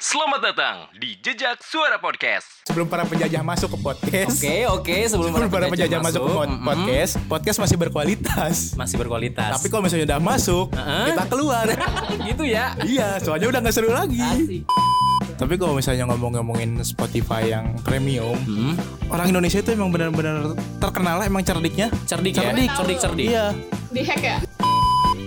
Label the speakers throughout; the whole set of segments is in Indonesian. Speaker 1: Selamat datang di Jejak Suara Podcast.
Speaker 2: sebelum para penjajah masuk ke podcast.
Speaker 3: Oke, oke, sebelum,
Speaker 2: Sebelum para penjajah masuk, ke pod-
Speaker 3: mm-mm,
Speaker 2: podcast, podcast masih berkualitas.
Speaker 3: masih berkualitas.
Speaker 2: Tapi kalau misalnya udah masuk,
Speaker 3: Heeh.
Speaker 2: kita keluar.
Speaker 3: gitu ya.
Speaker 2: iya, soalnya udah nggak seru lagi.
Speaker 3: Asik.
Speaker 2: Tapi kalau misalnya ngomong-ngomongin Spotify yang premium,
Speaker 3: Mm-hmm.
Speaker 2: orang Indonesia itu emang benar-benar terkenal lah, emang cerdiknya.
Speaker 3: Cerdik,
Speaker 2: Cerdik.
Speaker 3: ya. Cerdik, cerdik.
Speaker 2: Iya.
Speaker 4: di hack ya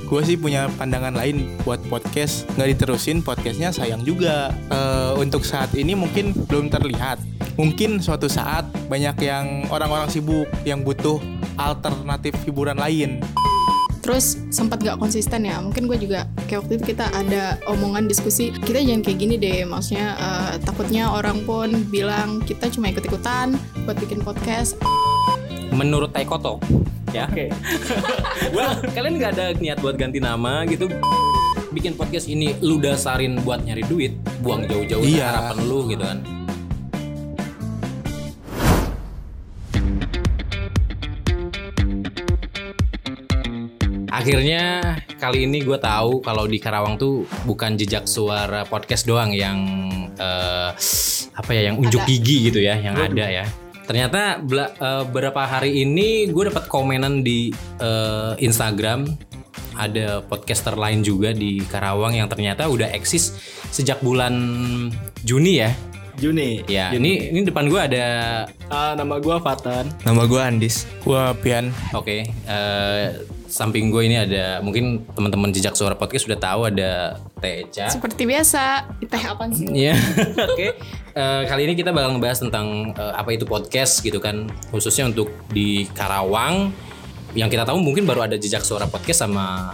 Speaker 2: Gue sih punya pandangan lain buat podcast nggak diterusin podcastnya sayang juga. Eh, untuk saat ini mungkin belum terlihat. Mungkin suatu saat banyak yang orang-orang sibuk yang butuh alternatif hiburan lain.
Speaker 4: terus sempat gak konsisten ya mungkin gue juga kayak waktu itu kita ada omongan diskusi kita jangan kayak gini deh maksudnya eh, takutnya orang pun bilang kita cuma ikut ikutan buat bikin podcast
Speaker 3: Menurut Taikoto, ya. Oke. kalian nggak ada niat buat ganti nama gitu? Bikin podcast ini lu dasarin buat nyari duit, buang jauh-jauh
Speaker 2: Iya.
Speaker 3: harapan lu gitu kan. Akhirnya kali ini gue tahu kalau di Karawang tuh bukan jejak suara podcast doang yang eh, apa ya yang unjuk
Speaker 4: Ada.
Speaker 3: gigi gitu ya yang ada ya. Ternyata bela- eh, beberapa hari ini gue dapat komenan di eh, Instagram ada podcaster lain juga di Karawang yang ternyata udah eksis sejak bulan Juni ya.
Speaker 5: Juni.
Speaker 3: Ya,
Speaker 5: Juni.
Speaker 3: ini ini depan gue ada
Speaker 5: Ah, nama gua Fatan.
Speaker 2: Nama gue Andis. Gue Pian.
Speaker 3: Oke, eh, samping gue ini ada mungkin teman-teman jejak suara podcast sudah tahu ada Teca.
Speaker 4: seperti biasa teh apa sih
Speaker 3: Iya. Oke. Eh, kali ini kita bakal ngebahas tentang eh, apa itu podcast gitu kan, khususnya untuk di Karawang. Yang kita tahu mungkin baru ada jejak suara podcast sama.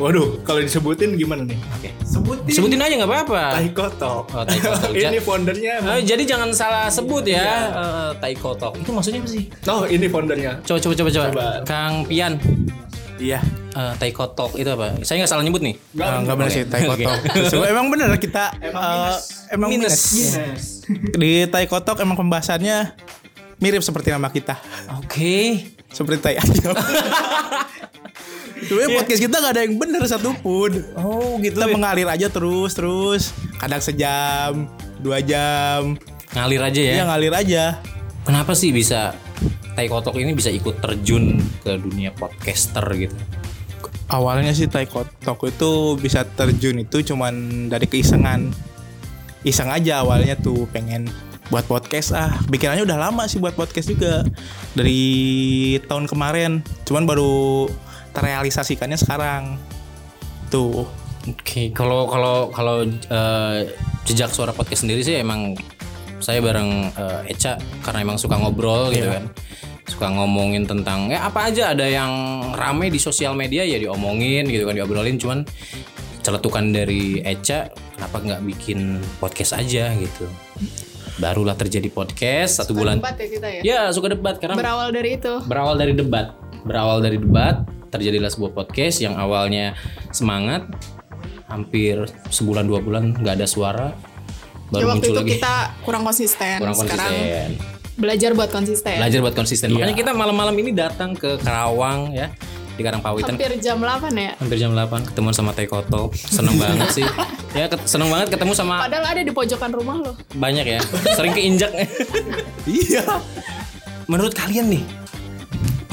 Speaker 5: Waduh, kalau disebutin gimana nih?
Speaker 3: Oke.
Speaker 5: Sebutin.
Speaker 3: Sebutin aja nggak apa-apa.
Speaker 5: Taikoto.
Speaker 3: Oh, Taikoto.
Speaker 5: ini foundernya.
Speaker 3: Eh, jadi jangan salah sebut ya. eh, Taiko Talk. Itu maksudnya apa sih?
Speaker 5: Oh, ini foundernya.
Speaker 3: Coba coba coba coba.
Speaker 5: Coba.
Speaker 3: Kang Pian,
Speaker 2: Iya.
Speaker 3: eh, Taiko Talk itu apa? Saya nggak salah nyebut nih.
Speaker 2: Enggak benar sih Taikotok. emang bener kita eh, emang minus.
Speaker 5: Yes.
Speaker 2: Di Taikotok emang pembahasannya mirip seperti nama kita.
Speaker 3: Oke.
Speaker 2: Seperti Tai Ayam. Cuma podcast kita nggak ada yang bener satupun.
Speaker 3: Iya. Oh gitu.
Speaker 2: Kita mengalir aja terus terus. Kadang sejam, dua jam.
Speaker 3: Ngalir aja ya.
Speaker 2: Ya ngalir aja.
Speaker 3: Kenapa sih bisa Taikotok ini bisa ikut terjun ke dunia podcaster gitu?
Speaker 2: awalnya sih taekwondo itu bisa terjun itu cuman dari keisengan iseng aja awalnya tuh pengen buat podcast ah pikirannya udah lama sih buat podcast juga dari tahun kemarin cuman baru terrealisasikannya sekarang tuh
Speaker 3: Oke, kalau kalau kalau eh, jejak suara podcast sendiri sih emang saya bareng eh, Eca karena emang suka ngobrol gitu
Speaker 2: Iya.
Speaker 3: kan. Suka ngomongin tentang ya apa aja ada yang rame di sosial media ya diomongin gitu kan diobrolin cuman celetukan dari Eca kenapa nggak bikin podcast aja gitu. Barulah terjadi podcast satu bulan.
Speaker 4: Tempat ya kita ya
Speaker 3: Ya, suka debat karena
Speaker 4: berawal dari itu
Speaker 3: berawal dari debat berawal dari debat terjadilah sebuah podcast yang awalnya semangat hampir sebulan dua bulan nggak ada suara
Speaker 4: ya
Speaker 3: baru muncul
Speaker 4: waktu itu
Speaker 3: lagi
Speaker 4: kita kurang konsisten
Speaker 3: kurang
Speaker 4: sekarang
Speaker 3: konsisten
Speaker 4: belajar buat konsisten
Speaker 3: belajar buat konsisten
Speaker 2: Iya.
Speaker 3: makanya kita malam-malam ini datang ke Karawang ya di Karangpawitan
Speaker 4: hampir jam 8 ya
Speaker 3: hampir jam 8 ketemuan sama Tekoto seneng banget sih ya ket- seneng banget ketemu sama
Speaker 4: padahal ada di pojokan rumah loh
Speaker 3: banyak ya sering keinjak
Speaker 2: iya
Speaker 3: menurut kalian nih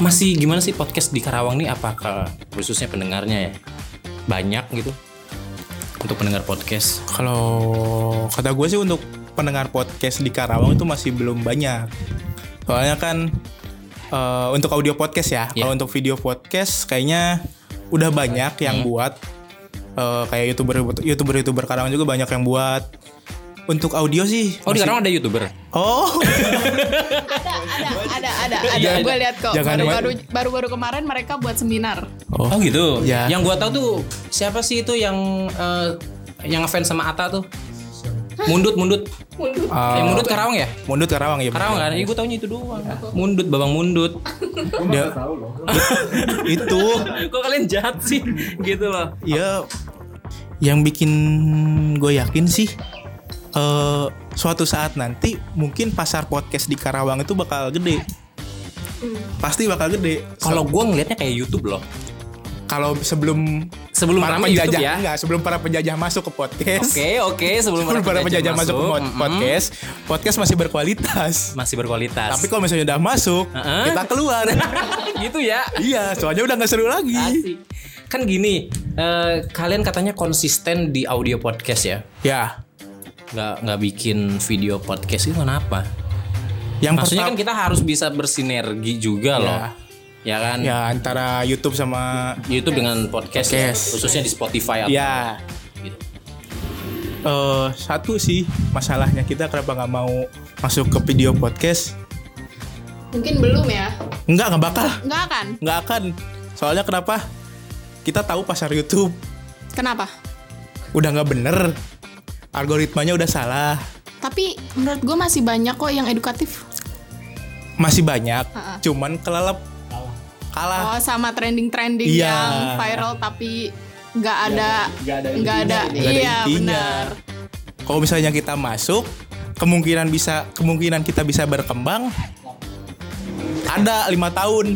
Speaker 3: masih gimana sih podcast di Karawang nih apakah khususnya pendengarnya ya banyak gitu untuk pendengar podcast
Speaker 2: kalau kata gue sih untuk pendengar podcast di Karawang itu masih belum banyak soalnya kan eh, untuk audio podcast ya
Speaker 3: Iya.
Speaker 2: kalau untuk video podcast kayaknya udah banyak
Speaker 3: Hmm.
Speaker 2: yang buat Eh, kayak youtuber youtuber youtuber Karawang juga banyak yang buat untuk audio sih
Speaker 3: oh di
Speaker 2: masih-
Speaker 3: Karawang ada youtuber
Speaker 2: oh
Speaker 4: ada ada ada ada ada
Speaker 3: Iya,
Speaker 4: gue lihat kok
Speaker 2: Jangan
Speaker 4: baru baru baru baru kemarin mereka buat seminar
Speaker 3: oh, gitu
Speaker 2: Ya.
Speaker 3: yang gua tahu tuh siapa sih itu yang eh, yang ngefans sama Ata tuh mundut mundut yang mundut Karawang ya
Speaker 2: Eh, mundut Karawang ya
Speaker 3: Karawang kan? Iya gue taunya itu doang. Mundut, babang mundut.
Speaker 2: Dia- itu
Speaker 3: Kok kalian jahat sih? gitu loh.
Speaker 2: ya yang bikin gue yakin sih eh suatu saat nanti mungkin pasar podcast di Karawang itu bakal gede pasti bakal gede
Speaker 3: Kalau gua ngelihatnya kayak YouTube loh.
Speaker 2: kalau sebelum
Speaker 3: sebelum
Speaker 2: para
Speaker 3: rame
Speaker 2: penjajah
Speaker 3: YouTube ya.
Speaker 2: enggak sebelum para penjajah masuk ke podcast
Speaker 3: Oke, oke, sebelum
Speaker 2: sebelum para penjajah masuk, ke pod-
Speaker 3: mm-mm,
Speaker 2: podcast podcast masih berkualitas
Speaker 3: masih berkualitas.
Speaker 2: tapi kalau misalnya udah masuk
Speaker 3: Heeh.
Speaker 2: kita keluar
Speaker 3: gitu ya.
Speaker 2: iya soalnya udah nggak seru lagi
Speaker 3: Asik. Kan gini, eh, kalian katanya konsisten di audio podcast ya.
Speaker 2: ya
Speaker 3: Nggak nggak bikin video podcast itu kenapa?
Speaker 2: yang pertama
Speaker 3: Maksudnya kan kita harus bisa bersinergi juga
Speaker 2: Ya.
Speaker 3: loh. Ya kan?
Speaker 2: ya antara YouTube sama
Speaker 3: YouTube dengan podcast, ya,
Speaker 2: Podcast.
Speaker 3: khususnya di Spotify atau
Speaker 2: ya
Speaker 3: gitu.
Speaker 2: eh satu sih masalahnya kita kenapa nggak mau masuk ke video podcast
Speaker 4: Mungkin belum ya.
Speaker 2: nggak nggak bakal
Speaker 4: Enggak kan?
Speaker 2: nggak akan soalnya kenapa kita tahu pasar YouTube
Speaker 4: Kenapa?
Speaker 2: udah nggak bener algoritmanya udah salah
Speaker 4: Tapi menurut gue masih banyak kok yang edukatif.
Speaker 2: masih banyak
Speaker 4: Ha-ha.
Speaker 2: cuman kelelep kalah
Speaker 4: Oh, sama trending-trending
Speaker 2: Ah. Iya.
Speaker 4: yang viral tapi nggak ada
Speaker 5: Nggak ada
Speaker 4: nggak
Speaker 2: intinya.
Speaker 4: ada,
Speaker 2: Nggak ada
Speaker 4: iya
Speaker 2: intinya.
Speaker 4: benar.
Speaker 2: kalau misalnya kita masuk kemungkinan bisa kemungkinan kita bisa berkembang ada lima tahun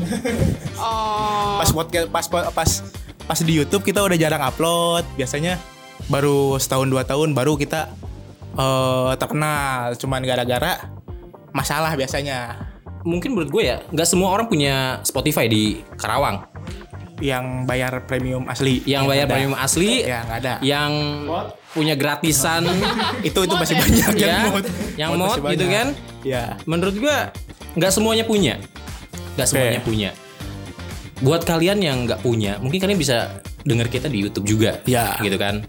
Speaker 4: Oh.
Speaker 2: pas podcast pas pas pas di YouTube kita udah jarang upload biasanya baru setahun dua tahun baru kita eh terkenal cuman gara-gara masalah biasanya
Speaker 3: Mungkin menurut gue ya, nggak semua orang punya Spotify di Karawang.
Speaker 2: yang bayar premium asli
Speaker 3: Yang bayar
Speaker 2: Ya, ada.
Speaker 3: premium asli, Iya.
Speaker 2: ya nggak ada
Speaker 3: yang
Speaker 5: What?
Speaker 3: punya gratisan,
Speaker 2: itu itu masih banyak
Speaker 3: ya,
Speaker 2: yang mod
Speaker 3: yang
Speaker 2: Mod
Speaker 3: mod
Speaker 2: masih
Speaker 3: gitu
Speaker 2: banyak.
Speaker 3: kan.
Speaker 2: ya
Speaker 3: Menurut gue nggak semuanya punya, nggak semuanya punya. Buat kalian yang nggak punya, mungkin kalian bisa denger kita di YouTube juga,
Speaker 2: Ya.
Speaker 3: gitu kan?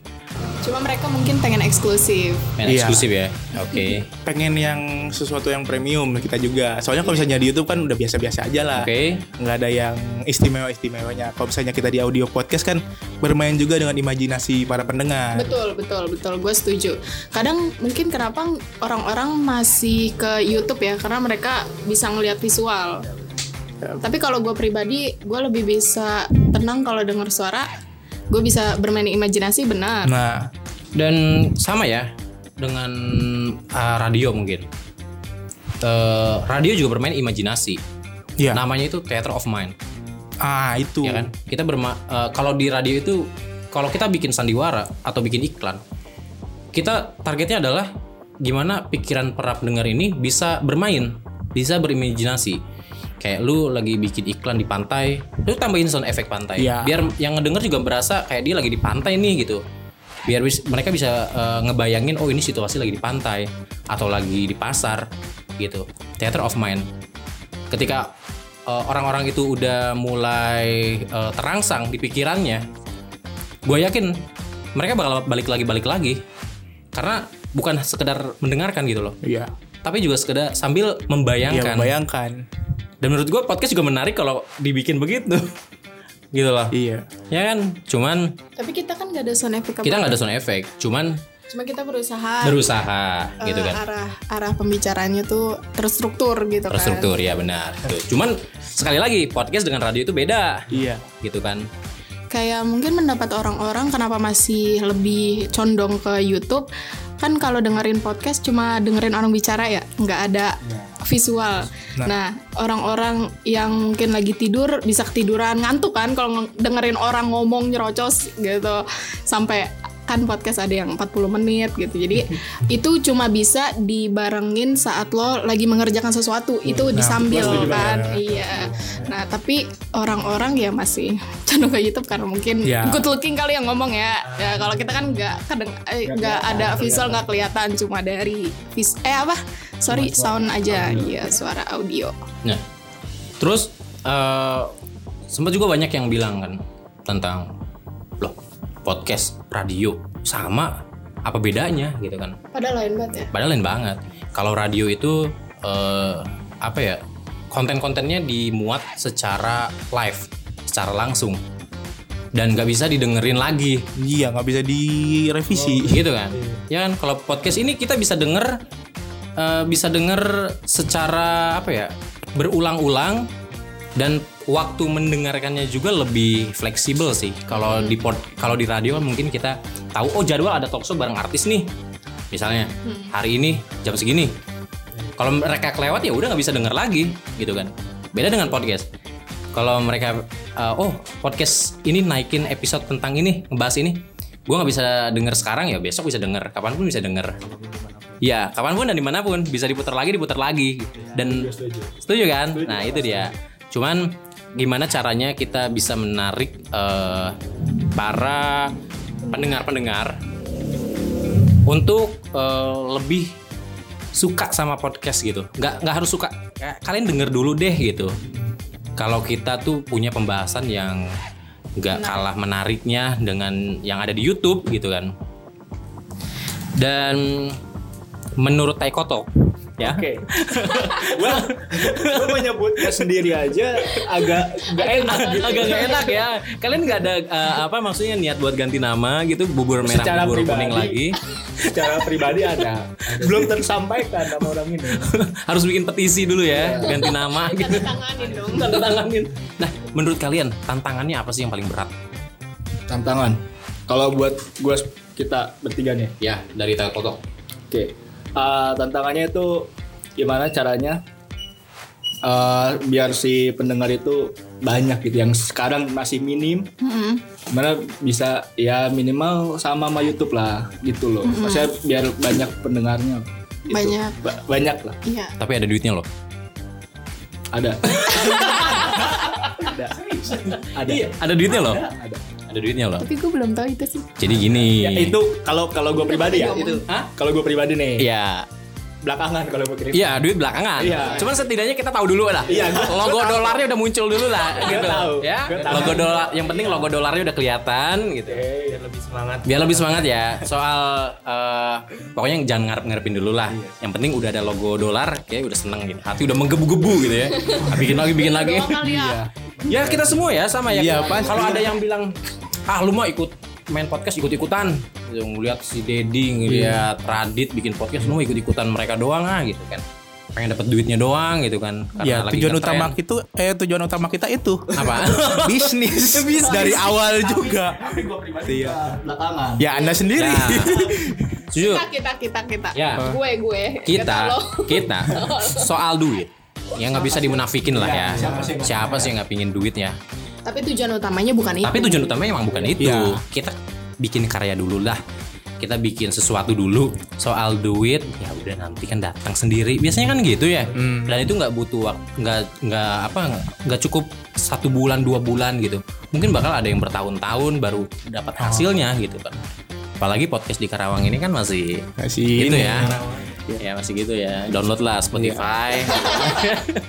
Speaker 4: Cuma mereka mungkin pengen eksklusif.
Speaker 3: Main
Speaker 2: Iya.
Speaker 3: eksklusif ya. Oke.
Speaker 2: pengen yang sesuatu yang premium kita juga soalnya kalau misalnya di YouTube kan udah biasa-biasa aja lah
Speaker 3: Oke.
Speaker 2: nggak ada yang istimewa istimewanya kalau misalnya kita di audio podcast kan bermain juga dengan imajinasi para pendengar
Speaker 4: Betul, betul, betul. Gue setuju. Kadang mungkin kenapa orang-orang masih ke YouTube ya, karena mereka bisa ngelihat visual. Tapi kalau gue pribadi, gue lebih bisa tenang kalau denger suara. Gue bisa bermain imajinasi benar.
Speaker 2: nah
Speaker 3: Dan sama ya dengan uh, radio mungkin. Eh, radio juga bermain imajinasi.
Speaker 2: ya
Speaker 3: Namanya itu theater of mind,
Speaker 2: ah itu
Speaker 3: ya kan? Kita berma eh, kalau di radio itu kalau kita bikin sandiwara atau bikin iklan, kita targetnya adalah gimana pikiran para pendengar ini bisa bermain, bisa berimajinasi. Kayak lu lagi bikin iklan di pantai, lu tambahin sound efek pantai.
Speaker 2: Iya.
Speaker 3: Biar yang ngedenger juga berasa kayak dia lagi di pantai nih gitu. Biar wis- mereka bisa eh, ngebayangin oh ini situasi lagi di pantai atau lagi di pasar gitu. Theater of mind. Ketika eh, orang-orang itu udah mulai eh, terangsang di pikirannya, gue yakin mereka bakal balik lagi balik lagi karena bukan sekedar mendengarkan gitu loh
Speaker 2: Iya.
Speaker 3: tapi juga sekedar sambil
Speaker 2: Iya,
Speaker 3: membayangkan
Speaker 2: bayangkan.
Speaker 3: dan menurut gue podcast juga menarik kalau dibikin begitu gitu loh
Speaker 2: Iya.
Speaker 3: ya kan cuman
Speaker 4: Tapi kita kan gak ada sound effect
Speaker 3: kita
Speaker 4: apa-
Speaker 3: nggak ada sound effect cuman
Speaker 4: Cuma kita berusaha
Speaker 3: berusaha
Speaker 4: eh,
Speaker 3: gitu kan
Speaker 4: arah arah pembicaranya tuh terstruktur gitu kan.
Speaker 3: terstruktur ya benar gitu. cuman sekali lagi podcast dengan radio itu beda
Speaker 2: Iya.
Speaker 3: gitu kan
Speaker 4: Kayak mungkin mendapat orang-orang kenapa masih lebih condong ke YouTube kan kalau dengerin podcast cuma dengerin orang bicara ya nggak ada visual.
Speaker 2: Nah.
Speaker 4: Nah. orang-orang yang mungkin lagi tidur bisa ketiduran ngantuk kan kalau nge- dengerin orang ngomong nyerocos gitu sampai kan podcast ada yang 40 menit gitu. Jadi itu cuma bisa dibarengin saat lo lagi mengerjakan sesuatu. Itu disambil
Speaker 2: setuju
Speaker 4: kan.
Speaker 2: banget.
Speaker 4: Iya. Nah, tapi orang-orang ya masih condong ke YouTube karena mungkin
Speaker 3: Iya.
Speaker 2: Ya.
Speaker 4: good looking kali yang ngomong ya. Ya, kalau kita kan nggak kadang eh, nggak ada visual nggak kelihatan cuma dari vis eh apa? Sorry, sound aja. Iya, suara audio.
Speaker 3: Nah, terus eh sempat juga banyak yang bilang kan tentang loh podcast radio sama apa bedanya gitu kan?
Speaker 4: Padahal lain banget ya.
Speaker 3: Padahal lain banget. Kalau radio itu eh apa ya? Konten-kontennya dimuat secara live, secara langsung dan nggak bisa didengerin lagi
Speaker 2: Iya, nggak bisa direvisi.
Speaker 3: gitu kan ya kan kalau podcast ini kita bisa denger eh, bisa denger secara apa ya berulang-ulang dan waktu mendengarkannya juga lebih fleksibel sih kalau di pod, kalau di radio kan mungkin kita tahu oh jadwal ada talkshow bareng artis nih misalnya hari ini jam segini kalau mereka kelewat ya udah nggak bisa denger lagi gitu kan beda dengan podcast kalau mereka eh, oh podcast ini naikin episode tentang ini ngebahas ini gue nggak bisa denger sekarang ya besok bisa denger kapanpun bisa denger ya kapanpun dan dimanapun bisa diputar lagi diputar lagi dan setuju kan nah itu dia cuman gimana caranya kita bisa menarik eh, para pendengar-pendengar untuk eh, lebih suka sama podcast gitu nggak nggak harus suka kayak kalian denger dulu deh gitu kalau kita tuh punya pembahasan yang nggak kalah menariknya dengan yang ada di YouTube gitu kan dan menurut Taikoto ya
Speaker 5: Oh, Oke, gua gua menyebutnya sendiri aja agak nggak enak gitu.
Speaker 3: agak nggak enak ya kalian nggak ada eh, apa maksudnya niat buat ganti nama gitu bubur merah
Speaker 5: Secara
Speaker 3: bubur
Speaker 5: pribadi.
Speaker 3: kuning lagi
Speaker 5: Secara pribadi ada, belum tersampaikan sama orang ini.
Speaker 3: harus bikin petisi dulu ya ganti nama
Speaker 4: Iya.
Speaker 3: gitu
Speaker 4: tanganin dong
Speaker 3: tanda tanganin nah menurut kalian tantangannya apa sih yang paling berat
Speaker 5: Tantangan. Kalau buat gua kita bertiga nih,
Speaker 3: ya dari Taikoto
Speaker 5: Oke, Eh, tantangannya itu gimana caranya eh, biar si pendengar itu banyak gitu yang sekarang masih minim,
Speaker 4: Mm-mm.
Speaker 5: mana bisa ya minimal sama sama YouTube lah gitu loh. Maksudnya biar banyak pendengarnya. gitu.
Speaker 4: Banyak.
Speaker 5: Ba- banyak lah,
Speaker 4: iya
Speaker 3: tapi ada duitnya loh
Speaker 5: ada. ada. Ada.
Speaker 2: Iya.
Speaker 3: ada duitnya loh
Speaker 5: Ada.
Speaker 3: ada duitnya loh
Speaker 4: tapi gue belum tahu itu sih
Speaker 3: jadi gini
Speaker 2: Iya,
Speaker 5: Ya, itu kalau kalau gue pribadi ya itu.
Speaker 3: Hah?
Speaker 5: Kalau gue pribadi
Speaker 2: Iya.
Speaker 5: nih,
Speaker 3: ya
Speaker 5: belakangan kalau gue kirim.
Speaker 3: Iya, duit belakangan.
Speaker 5: Iya.
Speaker 3: Cuman setidaknya kita tahu dulu lah.
Speaker 5: Iya, gua-
Speaker 3: logo dolarnya udah muncul dulu lah
Speaker 5: Gua
Speaker 3: gitu.
Speaker 5: tahu,
Speaker 3: Ya.
Speaker 5: gua tahu.
Speaker 3: Logo dolar yang penting logo dolarnya udah kelihatan gitu.
Speaker 5: Eh, lebih semangat.
Speaker 3: Biar lebih semangat ya. Soal eh, pokoknya jangan ngarep-ngarepin dulu lah.
Speaker 5: Iya.
Speaker 3: Yang penting udah ada logo dolar, kayak udah seneng gitu. Hati udah menggebu-gebu gitu ya. bikin lagi, bikin lagi.
Speaker 4: ya
Speaker 3: ya kita semua ya sama ya.
Speaker 2: Iya, pasti.
Speaker 3: Kalau ada yang bilang, ah lu mau ikut main podcast ikut-ikutan. Gitu, ngeliat si Dedi, ngeliat
Speaker 2: Iya.
Speaker 3: Radit bikin podcast, lu mau ikut-ikutan mereka doang ah gitu kan. Pengen dapat duitnya doang gitu kan.
Speaker 2: ya
Speaker 3: Karena lagi
Speaker 2: tujuan
Speaker 3: ngetren.
Speaker 2: utama kita eh tujuan utama kita itu
Speaker 3: apa? ya,
Speaker 2: bisnis dari awal juga
Speaker 5: Iya. Belakangan.
Speaker 2: ya anda sendiri
Speaker 3: Nah, jujur,
Speaker 4: kita kita kita kita
Speaker 3: Ya.
Speaker 4: gue gue
Speaker 3: kita
Speaker 4: Kata lo.
Speaker 3: kita soal duit ya nggak bisa dimunafikin
Speaker 2: Iya,
Speaker 3: lah ya siapa sih, yang nggak pingin duit ya
Speaker 4: tapi tujuan utamanya bukan itu
Speaker 3: tapi tujuan utamanya emang bukan itu
Speaker 2: Iya.
Speaker 3: kita bikin karya dulu lah kita bikin sesuatu dulu soal duit ya udah nanti kan datang sendiri biasanya kan gitu ya dan itu nggak butuh wak- nggak nggak apa nggak cukup satu bulan dua bulan gitu mungkin bakal ada yang bertahun-tahun baru dapat hasilnya gitu kan apalagi podcast di Karawang ini kan masih
Speaker 2: kasih
Speaker 3: gitu
Speaker 2: ini Iya.
Speaker 3: ya. Ya masih gitu ya. Download lah Spotify.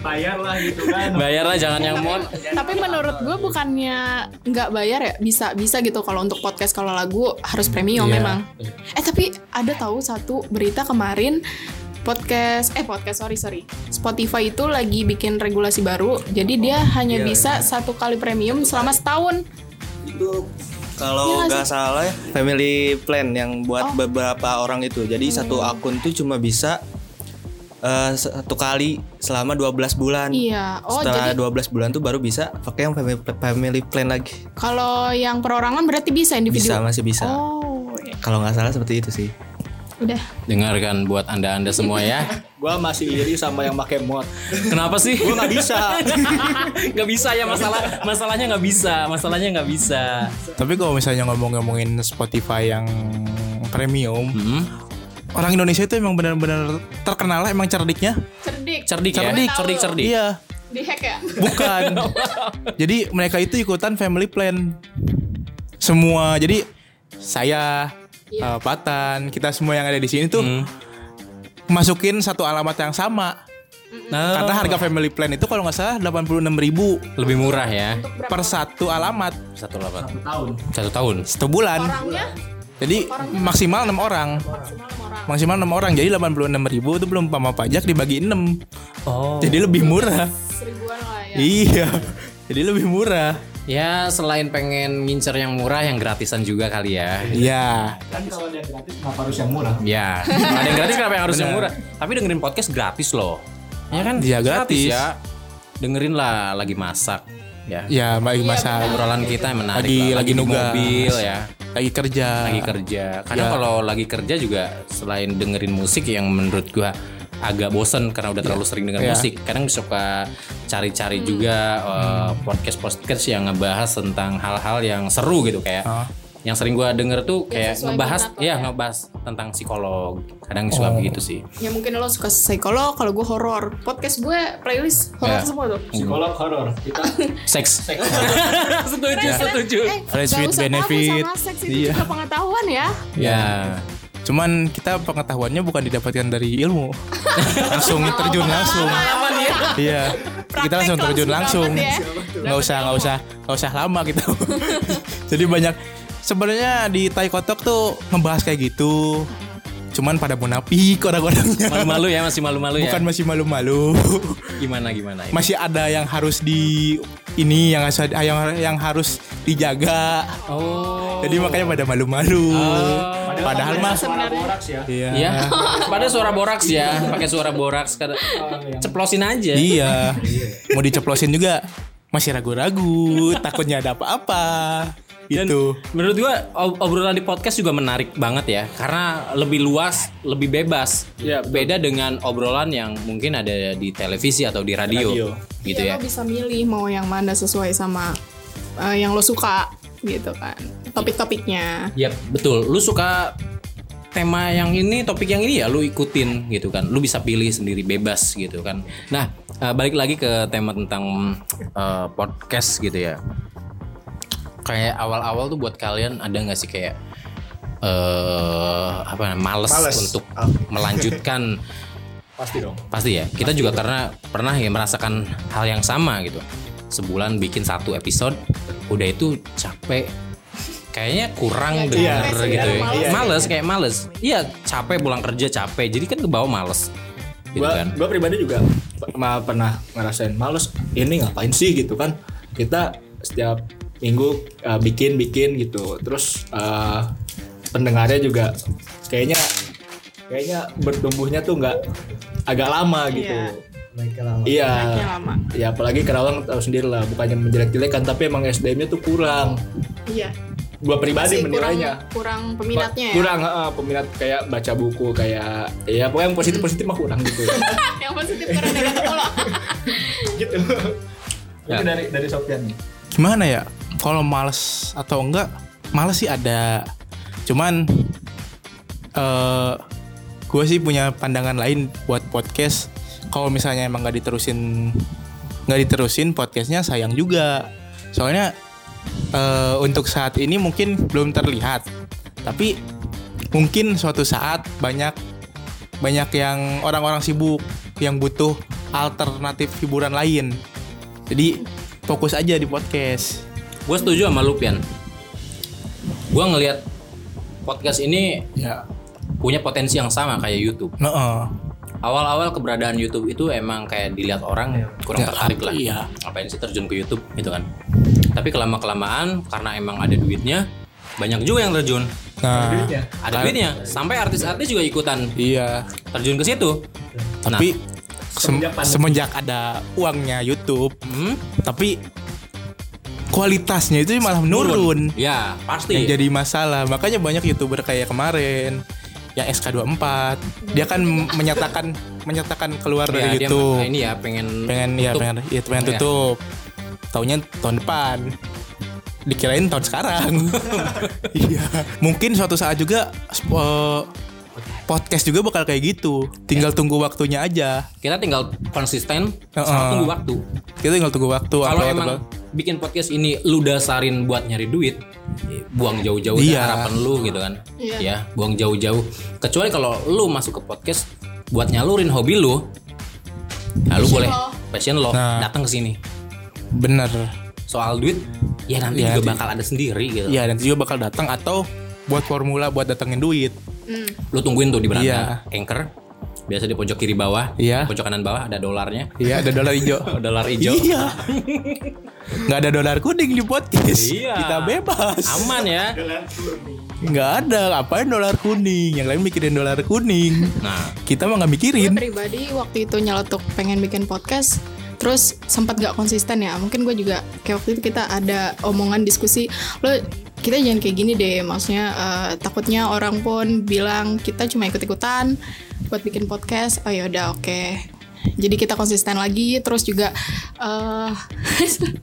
Speaker 5: Bayar lah gitu
Speaker 2: Iya.
Speaker 5: kan.
Speaker 4: Iya,
Speaker 3: Bayar lah jangan yang mod.
Speaker 4: tapi menurut gue bukannya nggak bayar ya bisa bisa gitu kalau untuk podcast kalau lagu harus premium
Speaker 2: Iya.
Speaker 4: memang eh tapi ada tahu satu berita kemarin podcast eh podcast sorry sorry Spotify itu lagi bikin regulasi baru jadi dia hanya bisa satu kali premium selama setahun
Speaker 6: itu kalau
Speaker 4: Iya nggak
Speaker 6: nggak salah ya, family plan yang buat
Speaker 4: Oh. Hmm.
Speaker 6: beberapa orang itu jadi satu akun tuh cuma bisa eh, satu kali selama 12 bulan
Speaker 4: iya oh
Speaker 6: setelah
Speaker 4: jadi
Speaker 6: 12 bulan tuh baru bisa pakai yang family, family plan lagi
Speaker 4: kalau yang perorangan berarti bisa individu
Speaker 6: bisa masih bisa
Speaker 4: oh ya.
Speaker 6: kalau nggak salah seperti itu sih
Speaker 4: udah
Speaker 3: Dengarkan buat anda-anda semua ya.
Speaker 5: Gua masih iri sama yang pakai mod.
Speaker 3: Kenapa sih?
Speaker 6: gue nggak bisa
Speaker 3: Gak bisa ya masalah masalahnya nggak bisa masalahnya nggak bisa.
Speaker 2: tapi kalau misalnya ngomong-ngomongin Spotify yang premium
Speaker 3: Hmm.
Speaker 2: orang Indonesia itu emang benar-benar terkenal lah emang cerdiknya
Speaker 4: cerdik
Speaker 3: Cerdik,
Speaker 4: Cerdik.
Speaker 3: ya. Cerdik
Speaker 6: Oh,
Speaker 3: cerdik.
Speaker 2: iya
Speaker 4: di hack ya
Speaker 2: bukan jadi mereka itu ikutan family plan semua jadi saya eh,
Speaker 4: Iya.
Speaker 2: Patan kita semua yang ada di sini tuh
Speaker 3: Hmm.
Speaker 2: masukin satu alamat yang sama
Speaker 3: Nah,
Speaker 2: karena harga family plan itu kalau nggak salah 86.000
Speaker 3: lebih murah ya
Speaker 2: per satu alamat
Speaker 3: satu delapan
Speaker 5: Tahun.
Speaker 3: satu tahun.
Speaker 2: satu bulan.
Speaker 4: orangnya
Speaker 2: Jadi maksimal enam orang.
Speaker 4: maksimal enam orang
Speaker 2: Maksimal enam orang. Jadi 86.000 ribu itu belum pama pajak dibagi 6
Speaker 3: Oh.
Speaker 2: Jadi lebih murah.
Speaker 4: seribuan lah ya
Speaker 2: Iya. Jadi lebih murah.
Speaker 3: Ya selain pengen ngincer yang murah yang gratisan juga kali ya.
Speaker 2: Iya.
Speaker 5: Kan kalau yang gratis kenapa harus yang murah?
Speaker 3: Ya, ada yang gratis kenapa yang harus yang murah? Tapi dengerin podcast gratis loh. Ya kan?
Speaker 2: Iya, gratis.
Speaker 3: ya. Dengerin lah lagi masak ya.
Speaker 2: Ya bagi
Speaker 4: Iya,
Speaker 2: masa
Speaker 3: Obrolan kita yang menarik
Speaker 2: Lagi-
Speaker 3: lah.
Speaker 2: lagi
Speaker 3: di
Speaker 2: nugas.
Speaker 3: mobil ya,
Speaker 2: lagi kerja.
Speaker 3: lagi kerja. Karena
Speaker 2: Iya.
Speaker 3: kalau lagi kerja juga selain dengerin musik yang menurut gua agak bosen karena udah terlalu sering dengar
Speaker 2: Iya.
Speaker 3: musik. Kadang suka cari-cari juga eh, podcast-podcast yang ngebahas tentang hal-hal yang seru gitu kayak
Speaker 2: Ah.
Speaker 3: yang sering gua denger tuh
Speaker 4: Ya,
Speaker 3: kayak
Speaker 4: sesuai
Speaker 3: ngebahas
Speaker 4: minat lo
Speaker 3: ya
Speaker 4: ya.
Speaker 3: ngebahas tentang psikolog. Kadang suka begitu sih.
Speaker 4: Ya mungkin lo suka psikolog, kalau gue horor. Podcast gue playlist
Speaker 3: Ya.
Speaker 4: horor semua tuh.
Speaker 5: Psikolog horor. Kita
Speaker 3: Seks.
Speaker 4: Keren,
Speaker 3: setuju,
Speaker 4: keren.
Speaker 3: setuju.
Speaker 4: Eh,
Speaker 2: Friends
Speaker 4: gak
Speaker 2: with
Speaker 4: usah
Speaker 2: benefit.
Speaker 4: Takut sama seks itu
Speaker 2: Iya.
Speaker 4: juga pengetahuan ya.
Speaker 3: Ya.
Speaker 2: Cuman kita pengetahuannya bukan didapatkan dari ilmu. langsung terjun langsung. Iya. Kita
Speaker 4: Praktek
Speaker 2: langsung terjun langsung.
Speaker 4: langsung dapat
Speaker 2: Nggak usah nggak usah nggak usah lama gitu. Jadi banyak sebenarnya di Tai Kotok tuh ngebahas kayak gitu. Cuman pada munafik orang-orangnya.
Speaker 3: Malu-malu ya, masih malu-malu ya.
Speaker 2: Bukan masih malu-malu.
Speaker 3: Gimana gimana ya.
Speaker 2: masih ada yang harus di ini yang harus yang, yang harus dijaga.
Speaker 3: Oh.
Speaker 2: Jadi makanya pada malu-malu. Padahal mah
Speaker 5: suara boraks ya.
Speaker 2: iya.
Speaker 3: Ya, pada suara boraks ya, pakai suara boraks kada ceplosin aja.
Speaker 2: Iya. Mau diceplosin juga masih ragu-ragu, takutnya ada apa-apa.
Speaker 3: Dan
Speaker 2: Gitu.
Speaker 3: menurut gua ob- obrolan di podcast juga menarik banget ya, karena lebih luas, lebih bebas.
Speaker 5: Iya, betul.
Speaker 3: Beda dengan obrolan yang mungkin ada di televisi atau di radio,
Speaker 5: Radio.
Speaker 3: gitu ya.
Speaker 4: Iya, Lo bisa milih mau yang mana sesuai sama eh, yang lo suka gitu kan. Topik-topiknya.
Speaker 3: Yap, Iya, betul. Lu suka tema yang ini, topik yang ini ya lu ikutin gitu kan. Lu bisa pilih sendiri bebas gitu kan. Nah, eh, balik lagi ke tema tentang eh, podcast gitu ya. Kayak awal-awal tuh buat kalian ada nggak sih kayak eh apa males,
Speaker 5: Males.
Speaker 3: untuk
Speaker 5: Ah.
Speaker 3: melanjutkan
Speaker 5: Pasti dong.
Speaker 3: Pasti ya. Kita juga karena pernah ya merasakan hal yang sama gitu. Sebulan bikin satu episode, udah itu capek. Kayaknya kurang
Speaker 4: Nggak
Speaker 3: dengar
Speaker 4: capek sih,
Speaker 3: gitu ya.
Speaker 4: kadang males.
Speaker 3: Males kayak males. Iya, capek pulang kerja capek. Jadi kan ke bawah males. Gitu
Speaker 5: gua,
Speaker 3: kan.
Speaker 5: gua pribadi juga p- ma- pernah ngerasain males ini ngapain sih gitu kan kita setiap minggu uh, bikin bikin gitu terus uh, pendengarnya juga kayaknya kayaknya bertumbuhnya tuh nggak agak lama gitu
Speaker 4: Iya.
Speaker 5: iya
Speaker 2: Ah.
Speaker 4: Naiknya lama.
Speaker 5: ya apalagi Karawang tahu sendiri lah bukannya menjelek-jelekan tapi emang SDM-nya tuh kurang
Speaker 4: Iya.
Speaker 5: gua pribadi
Speaker 4: Masih kurang
Speaker 5: menilainya
Speaker 4: kurang peminatnya ya.
Speaker 5: kurang eh, peminat kayak baca buku kayak ya pokoknya yang positif positif mah kurang gitu
Speaker 4: yang positif karena negatif lo.
Speaker 5: gitu
Speaker 3: Ya.
Speaker 5: itu dari dari Sofian nih
Speaker 2: Gimana ya? Kalau males atau enggak? Males sih ada. Cuman eh gue sih punya pandangan lain buat podcast. Kalau misalnya emang nggak diterusin nggak diterusin podcastnya sayang juga. Soalnya eh, untuk saat ini mungkin belum terlihat. Tapi mungkin suatu saat banyak banyak yang orang-orang sibuk yang butuh alternatif hiburan lain. Jadi fokus aja di podcast.
Speaker 3: Gue setuju sama lu, Pian. Gue ngelihat podcast ini
Speaker 2: Ya.
Speaker 3: punya potensi yang sama kayak YouTube.
Speaker 2: Heeh.
Speaker 3: awal-awal keberadaan YouTube itu emang kayak dilihat orang
Speaker 2: Ya,
Speaker 3: kurang tertarik lah.
Speaker 2: iya.
Speaker 3: Ngapain sih terjun ke YouTube gitu kan? Tapi kelama kelamaan karena emang ada duitnya, banyak juga yang terjun.
Speaker 2: Nah,
Speaker 3: Ada duitnya, sampai artis-artis juga ikutan
Speaker 2: iya.
Speaker 3: terjun ke situ. Nah,
Speaker 2: Tapi sem-
Speaker 5: Semenjak pandemi.
Speaker 2: semenjak ada uangnya YouTube,
Speaker 3: hmm,
Speaker 2: tapi kualitasnya itu malah menurun.
Speaker 3: Ya pasti.
Speaker 2: Yang jadi masalah. Makanya banyak YouTuber kayak kemarin yang SK24, dia kan menyatakan menyatakan keluar
Speaker 3: Ya,
Speaker 2: dari
Speaker 3: dia
Speaker 2: YouTube.
Speaker 3: mah- ini ya pengen
Speaker 2: pengen ya
Speaker 3: tutup.
Speaker 2: pengen ya, pengen
Speaker 3: Iya.
Speaker 2: tutup tahunnya tahun depan dikirain tahun sekarang iya mungkin suatu saat juga sp- eh, podcast juga bakal kayak gitu tinggal
Speaker 3: Iya.
Speaker 2: tunggu waktunya aja
Speaker 3: Kita tinggal konsisten,
Speaker 2: Heeh.
Speaker 3: sama tunggu waktu.
Speaker 2: kita tinggal tunggu waktu
Speaker 3: Kalau
Speaker 2: upload,
Speaker 3: emang
Speaker 2: upload.
Speaker 3: bikin podcast ini lu dasarin buat nyari duit, buang jauh-jauh dari
Speaker 2: Iya.
Speaker 3: harapan lu gitu kan.
Speaker 4: Iya.
Speaker 3: Ya, buang jauh-jauh. Kecuali kalau lu masuk ke podcast buat nyalurin hobi lu. Nah, lu boleh
Speaker 4: lo.
Speaker 3: passion lo
Speaker 2: Nah.
Speaker 3: datang ke sini.
Speaker 2: bener
Speaker 3: Soal duit ya nanti
Speaker 2: Iya,
Speaker 3: juga
Speaker 2: nanti.
Speaker 3: bakal ada sendiri gitu.
Speaker 2: iya nanti juga bakal datang atau buat formula buat datengin duit
Speaker 4: Hmm.
Speaker 3: Lu tungguin tuh di
Speaker 2: Iya.
Speaker 3: beranda anchor. Biasa di pojok kiri bawah,
Speaker 2: Iya.
Speaker 3: pojok kanan bawah ada dolarnya.
Speaker 2: iya ada dolar hijau
Speaker 3: Dolar hijau.
Speaker 2: iya nggak ada dolar kuning di podcast
Speaker 3: Iya.
Speaker 2: kita bebas
Speaker 3: Aman ya.
Speaker 2: nggak ada ngapain dolar kuning yang lain mikirin dolar kuning
Speaker 3: Nah,
Speaker 2: kita mah nggak mikirin
Speaker 4: Gue pribadi waktu itu nyeletuk pengen bikin podcast terus sempat gak konsisten ya mungkin gue juga kayak waktu itu kita ada omongan diskusi lo kita jangan kayak gini deh maksudnya eh, takutnya orang pun bilang kita cuma ikut ikutan buat bikin podcast oh ya udah oke jadi kita konsisten lagi terus juga eh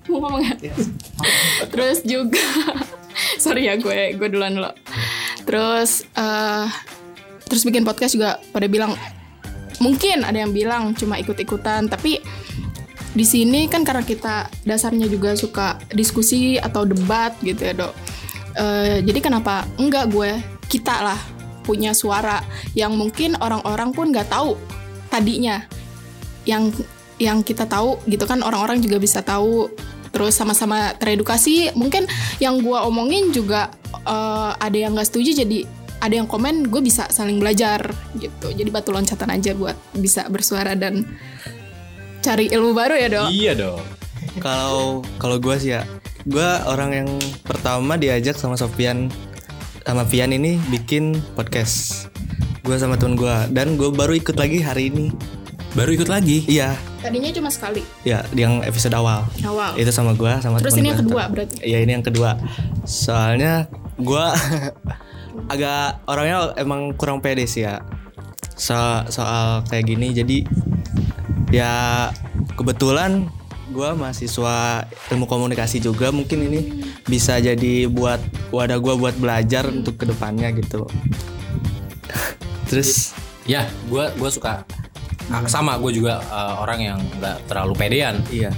Speaker 4: mau ngomong ya terus juga sorry ya gue gue duluan dulu terus eh terus bikin podcast juga pada bilang mungkin ada yang bilang cuma ikut-ikutan tapi di sini kan karena kita dasarnya juga suka diskusi atau debat gitu ya dok Eh, jadi kenapa enggak gue kita lah punya suara yang mungkin orang-orang pun nggak tahu tadinya yang yang kita tahu gitu kan orang-orang juga bisa tahu terus sama-sama teredukasi mungkin yang gue omongin juga eh, ada yang nggak setuju jadi ada yang komen gue bisa saling belajar gitu jadi batu loncatan aja buat bisa bersuara dan cari ilmu baru ya dok
Speaker 3: Iya dong.
Speaker 6: Kalau kalau gue sih ya, gue orang yang pertama diajak sama Sofian sama Pian ini bikin podcast. Gue sama temen gue dan gue baru ikut lagi hari ini.
Speaker 2: Baru ikut lagi.
Speaker 6: Iya,
Speaker 4: tadinya cuma sekali
Speaker 6: ya yang episode awal.
Speaker 4: awal
Speaker 2: Eh,
Speaker 6: Itu sama gue sama
Speaker 4: terus
Speaker 6: temen
Speaker 4: ini yang
Speaker 6: gua.
Speaker 4: kedua berarti
Speaker 6: Iya ini yang kedua. Soalnya gua agak orangnya emang kurang pede sih ya. So- soal kayak gini jadi ya kebetulan gua mahasiswa ilmu komunikasi juga mungkin ini bisa jadi buat wadah gua buat belajar untuk kedepannya gitu. Terus
Speaker 3: Ya, gue gua suka Ah, sama gue juga eh, orang yang nggak terlalu pedean
Speaker 6: iya.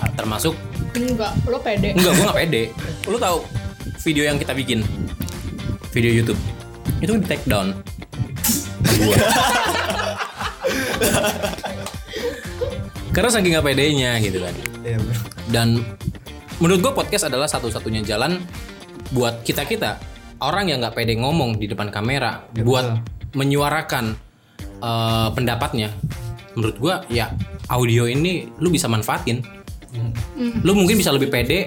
Speaker 3: Ah, termasuk
Speaker 4: enggak lo pede
Speaker 3: enggak gue nggak pede lu tahu video yang kita bikin video YouTube itu kan di take down Gua. karena saking nggak pedenya gitu kan
Speaker 6: Iya, bener.
Speaker 3: dan menurut gue podcast adalah satu-satunya jalan buat kita kita orang yang nggak pede ngomong di depan kamera buat menyuarakan eh, pendapatnya menurut gue ya audio ini lu bisa manfaatin Hmm. lu mungkin bisa lebih pede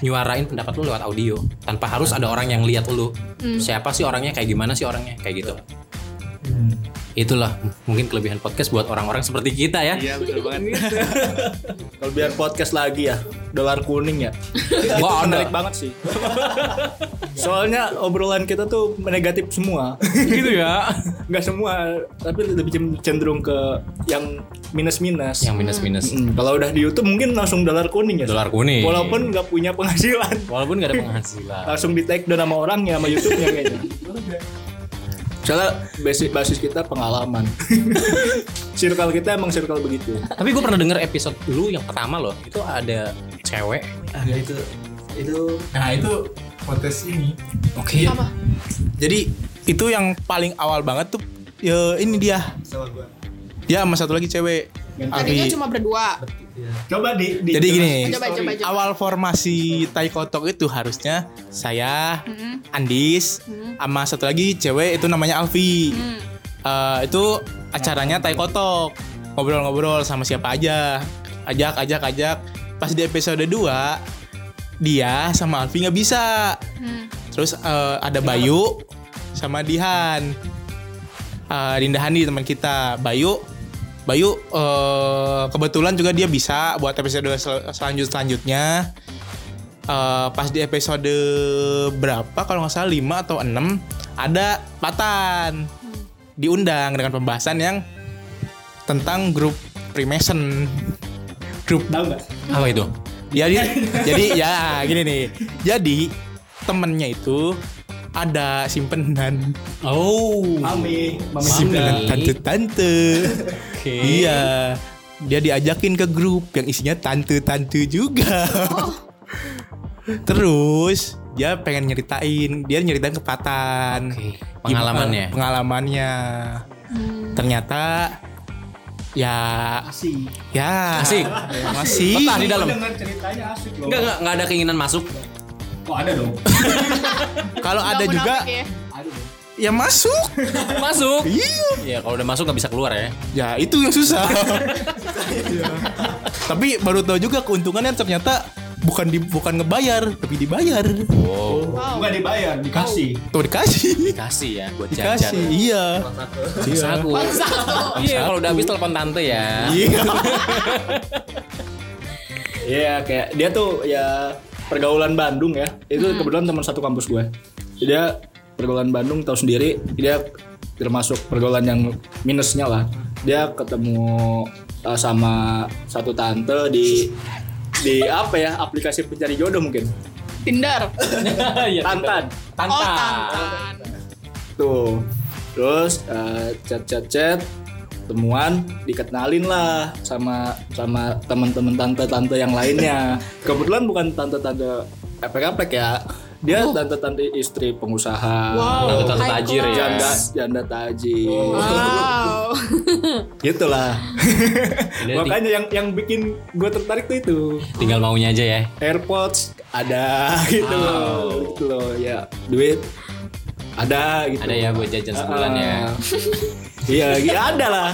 Speaker 3: nyuarain pendapat lu lewat audio tanpa harus ada orang yang lihat lu siapa sih orangnya kayak gimana sih orangnya kayak gitu itulah mungkin kelebihan podcast buat orang-orang seperti kita ya
Speaker 6: Iya betul banget.
Speaker 5: Kalau biar podcast lagi ya, dolar kuning ya. itu
Speaker 3: Wah,
Speaker 5: menarik
Speaker 3: ada.
Speaker 5: banget sih. Soalnya obrolan kita tuh negatif semua.
Speaker 3: gitu ya
Speaker 5: Nggak semua, tapi lebih cenderung ke yang minus-minus.
Speaker 3: yang minus minus
Speaker 5: Mm, kalau udah di YouTube mungkin langsung dolar kuning ya.
Speaker 3: Dolar kuning.
Speaker 5: Walaupun nggak punya penghasilan,
Speaker 3: Walaupun gak ada penghasilan.
Speaker 5: langsung di take down sama orang ya sama YouTube-nya kayaknya. Soalnya basis, basis kita pengalaman. circle kita emang circle begitu.
Speaker 3: Tapi gue pernah denger episode lu yang pertama loh. Itu ada cewek.
Speaker 2: Ya itu itu nah itu podcast ini. Iya.
Speaker 3: Oke.
Speaker 4: apa
Speaker 2: Jadi itu yang paling awal banget tuh ya ini dia. Dia sama satu lagi cewek.
Speaker 4: tadinya
Speaker 2: Ari.
Speaker 4: cuma berdua
Speaker 5: Coba di, di-
Speaker 2: Jadi gini,
Speaker 4: Coba, coba, coba.
Speaker 2: awal formasi Tai Kotok itu harusnya saya,
Speaker 4: Mm-mm.
Speaker 2: Andis,
Speaker 4: Mm.
Speaker 2: sama satu lagi cewek itu namanya Alfi.
Speaker 4: Hmm.
Speaker 2: Eh, itu acaranya Tai Kotok. Ngobrol-ngobrol sama siapa aja. Ajak, ajak, ajak. Pas di episode 2, dia sama Alfi nggak bisa.
Speaker 4: Hmm.
Speaker 2: Terus eh, ada Bayu sama Dihan. Eh, Dinda Handi teman kita. Bayu Bayu eh, kebetulan juga dia bisa buat episode sel- selanjut selanjutnya. Eh, pas di episode berapa kalau nggak salah 5 atau 6 ada Patan diundang dengan pembahasan yang tentang grup Freemason grup
Speaker 5: tahu nggak?
Speaker 3: Apa itu?
Speaker 2: jadi jadi ya gini nih jadi temennya itu ada simpenan
Speaker 3: Oh.
Speaker 5: Mami, mami
Speaker 2: simpenan
Speaker 3: Mami.
Speaker 2: tante-tante
Speaker 3: Oke.
Speaker 2: iya dia diajakin ke grup yang isinya tante-tante juga terus dia pengen nyeritain dia nyeritain ke Patan
Speaker 3: Oke.
Speaker 2: Gimana
Speaker 3: Pengalamannya.
Speaker 2: pengalamannya ternyata ya
Speaker 5: Asik.
Speaker 2: ya
Speaker 3: Asik.
Speaker 2: masih
Speaker 3: Betah di dalam.
Speaker 5: Dengar ceritanya asik loh.
Speaker 3: Enggak enggak enggak ada keinginan masuk.
Speaker 5: Kok ada dong?
Speaker 2: kalau ada
Speaker 4: Nggak
Speaker 2: juga
Speaker 4: munafik ya.
Speaker 5: Ada dong.
Speaker 2: ya masuk
Speaker 3: masuk.
Speaker 2: iya
Speaker 3: Iya, kalau udah masuk nggak bisa keluar ya.
Speaker 2: Ya itu yang susah. Iya. Tapi baru tahu juga keuntungannya ternyata bukan di, bukan ngebayar tapi dibayar. Oh,
Speaker 3: Wow.
Speaker 4: Wow.
Speaker 5: Bukan dibayar, dikasih.
Speaker 2: Tuh dikasih.
Speaker 3: Dikasih ya buat
Speaker 2: Dikasih.
Speaker 3: jajan.
Speaker 2: Iya.
Speaker 3: Bangsa aku. Iya, kalau udah habis telepon tante ya.
Speaker 2: Iya.
Speaker 5: Iya kayak dia tuh ya pergaulan Bandung ya. Itu kebetulan teman satu kampus gue. Dia pergaulan Bandung tahu sendiri dia termasuk pergaulan yang minusnya lah dia ketemu eh, sama satu tante di di apa ya aplikasi pencari jodoh mungkin
Speaker 4: Tinder.
Speaker 3: Iya,
Speaker 5: tantan
Speaker 3: Tantan.
Speaker 4: Oh, tantan.
Speaker 5: tuh terus eh, chat chat chat temuan dikenalin lah sama sama teman-teman tante-tante yang lainnya kebetulan bukan tante-tante epek-epek ya dia tante-tante istri
Speaker 4: Oh.
Speaker 5: pengusaha
Speaker 4: Wow.
Speaker 3: Tantan
Speaker 4: high
Speaker 3: tajir ya.
Speaker 5: janda
Speaker 4: class. Oh.
Speaker 5: janda taji
Speaker 4: Wow.
Speaker 5: gitulah
Speaker 3: Jadi
Speaker 5: makanya yang yang bikin gue tertarik tuh itu
Speaker 3: tinggal maunya aja ya.
Speaker 5: AirPods ada gitu loh gitu loh ya duit ada gitu
Speaker 3: Ada ya buat jajan sebulan ya.
Speaker 5: Ah. iya iya, ada lah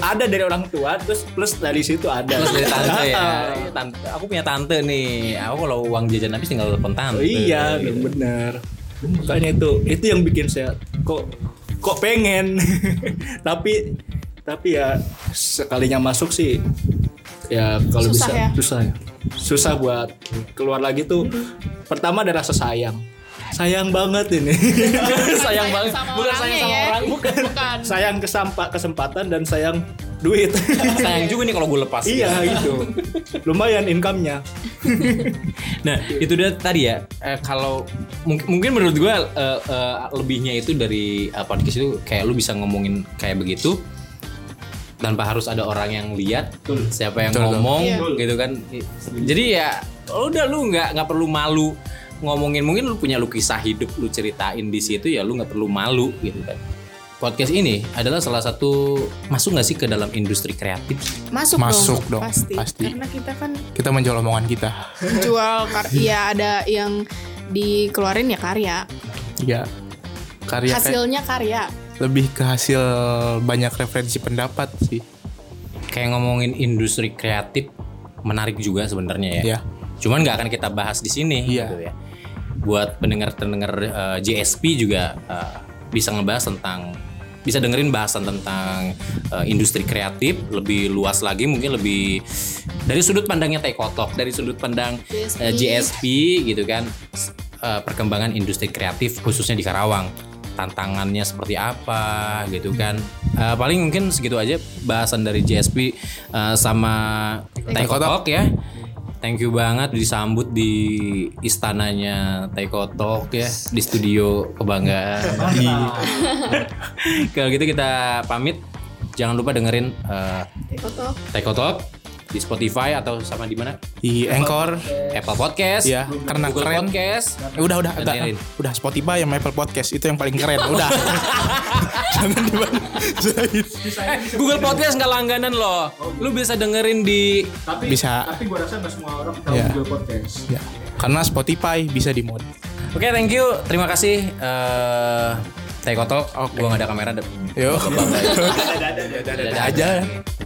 Speaker 5: ada dari orang tua terus plus dari situ ada
Speaker 3: Plus dari tante ya. Iya, tante. Aku punya tante nih. Aku kalau uang jajan habis tinggal telepon tante.
Speaker 5: Oh, iya bener makanya itu itu yang bikin saya kok kok pengen tapi tapi ya sekalinya masuk sih ya kalau
Speaker 4: Susah
Speaker 5: bisa
Speaker 4: ya?
Speaker 5: susah ya susah buat keluar lagi tuh pertama ada rasa sayang sayang banget ini
Speaker 3: sayang banget.
Speaker 4: sama
Speaker 3: Bukan
Speaker 4: orangnya
Speaker 3: sayang sama
Speaker 4: ya.
Speaker 3: orang.
Speaker 4: Bukan. Bukan.
Speaker 5: sayang kesampa kesempatan dan sayang duit
Speaker 3: Sayang juga nih kalau gue lepas.
Speaker 5: iya gitu lumayan income-nya
Speaker 3: Nah, itu dia tadi ya. eh, kalau mung- mungkin menurut gue eh, eh, lebihnya itu dari eh, podcast itu kayak lu bisa ngomongin kayak begitu tanpa harus ada orang yang lihat siapa yang ngomong
Speaker 4: Iya.
Speaker 3: gitu kan. Jadi ya udah lu nggak nggak perlu malu ngomongin mungkin lu punya lu kisah hidup lu ceritain di situ ya lu nggak perlu malu gitu kan. Podcast ini adalah salah satu masuk nggak sih ke dalam industri kreatif?
Speaker 4: Masuk,
Speaker 2: Masuk
Speaker 4: dong.
Speaker 2: dong,
Speaker 4: Pasti.
Speaker 2: pasti.
Speaker 4: Karena kita kan
Speaker 2: Kita menjual omongan kita.
Speaker 4: jual kar- ya ada yang dikeluarin ya karya.
Speaker 2: Iya. Karya kayak-
Speaker 4: Hasilnya karya.
Speaker 2: lebih ke hasil banyak referensi pendapat sih.
Speaker 3: kayak ngomongin industri kreatif menarik juga sebenarnya ya.
Speaker 2: Iya.
Speaker 3: Cuman nggak akan kita bahas di sini
Speaker 2: Iya.
Speaker 3: gitu ya. Buat pendengar-pendengar eh, JSP juga eh, bisa ngebahas tentang bisa dengerin bahasan tentang eh, industri kreatif lebih luas lagi mungkin lebih dari sudut pandangnya Tekotok, dari sudut pandang
Speaker 4: JSP.
Speaker 3: eh, JSP gitu kan S- eh, perkembangan industri kreatif khususnya di Karawang tantangannya seperti apa gitu kan Eh, paling mungkin segitu aja bahasan dari JSP eh, sama Tekotok ya thank you banget disambut di istananya Tekotok ya di studio kebanggaan kalau gitu kita pamit jangan lupa dengerin eh,
Speaker 4: Foto.
Speaker 3: Tekotok di Spotify atau sama di mana
Speaker 2: Di Anchor.
Speaker 3: Apple Podcast,
Speaker 2: Iya, karena
Speaker 3: Google
Speaker 2: keren.
Speaker 3: Podcast.
Speaker 2: Eh, udah udah udah,
Speaker 3: Dengerin.
Speaker 2: udah Spotify yang Apple Podcast itu yang paling keren. Udah. Jangan dibanding.
Speaker 3: Eh, Google Podcast nggak langganan loh. Lu bisa dengerin di
Speaker 5: tapi
Speaker 2: Bisa.
Speaker 5: tapi gue rasa nggak semua orang tahu
Speaker 2: Iya.
Speaker 5: juga podcast
Speaker 2: Ya, karena Spotify bisa di mod.
Speaker 3: Oke, thank you. Terima kasih eh Teh Kotok. Gua nggak ada kamera. ada-
Speaker 2: Yo.
Speaker 3: Ada- ada- ada- ada- ada-
Speaker 2: aja.
Speaker 3: ada.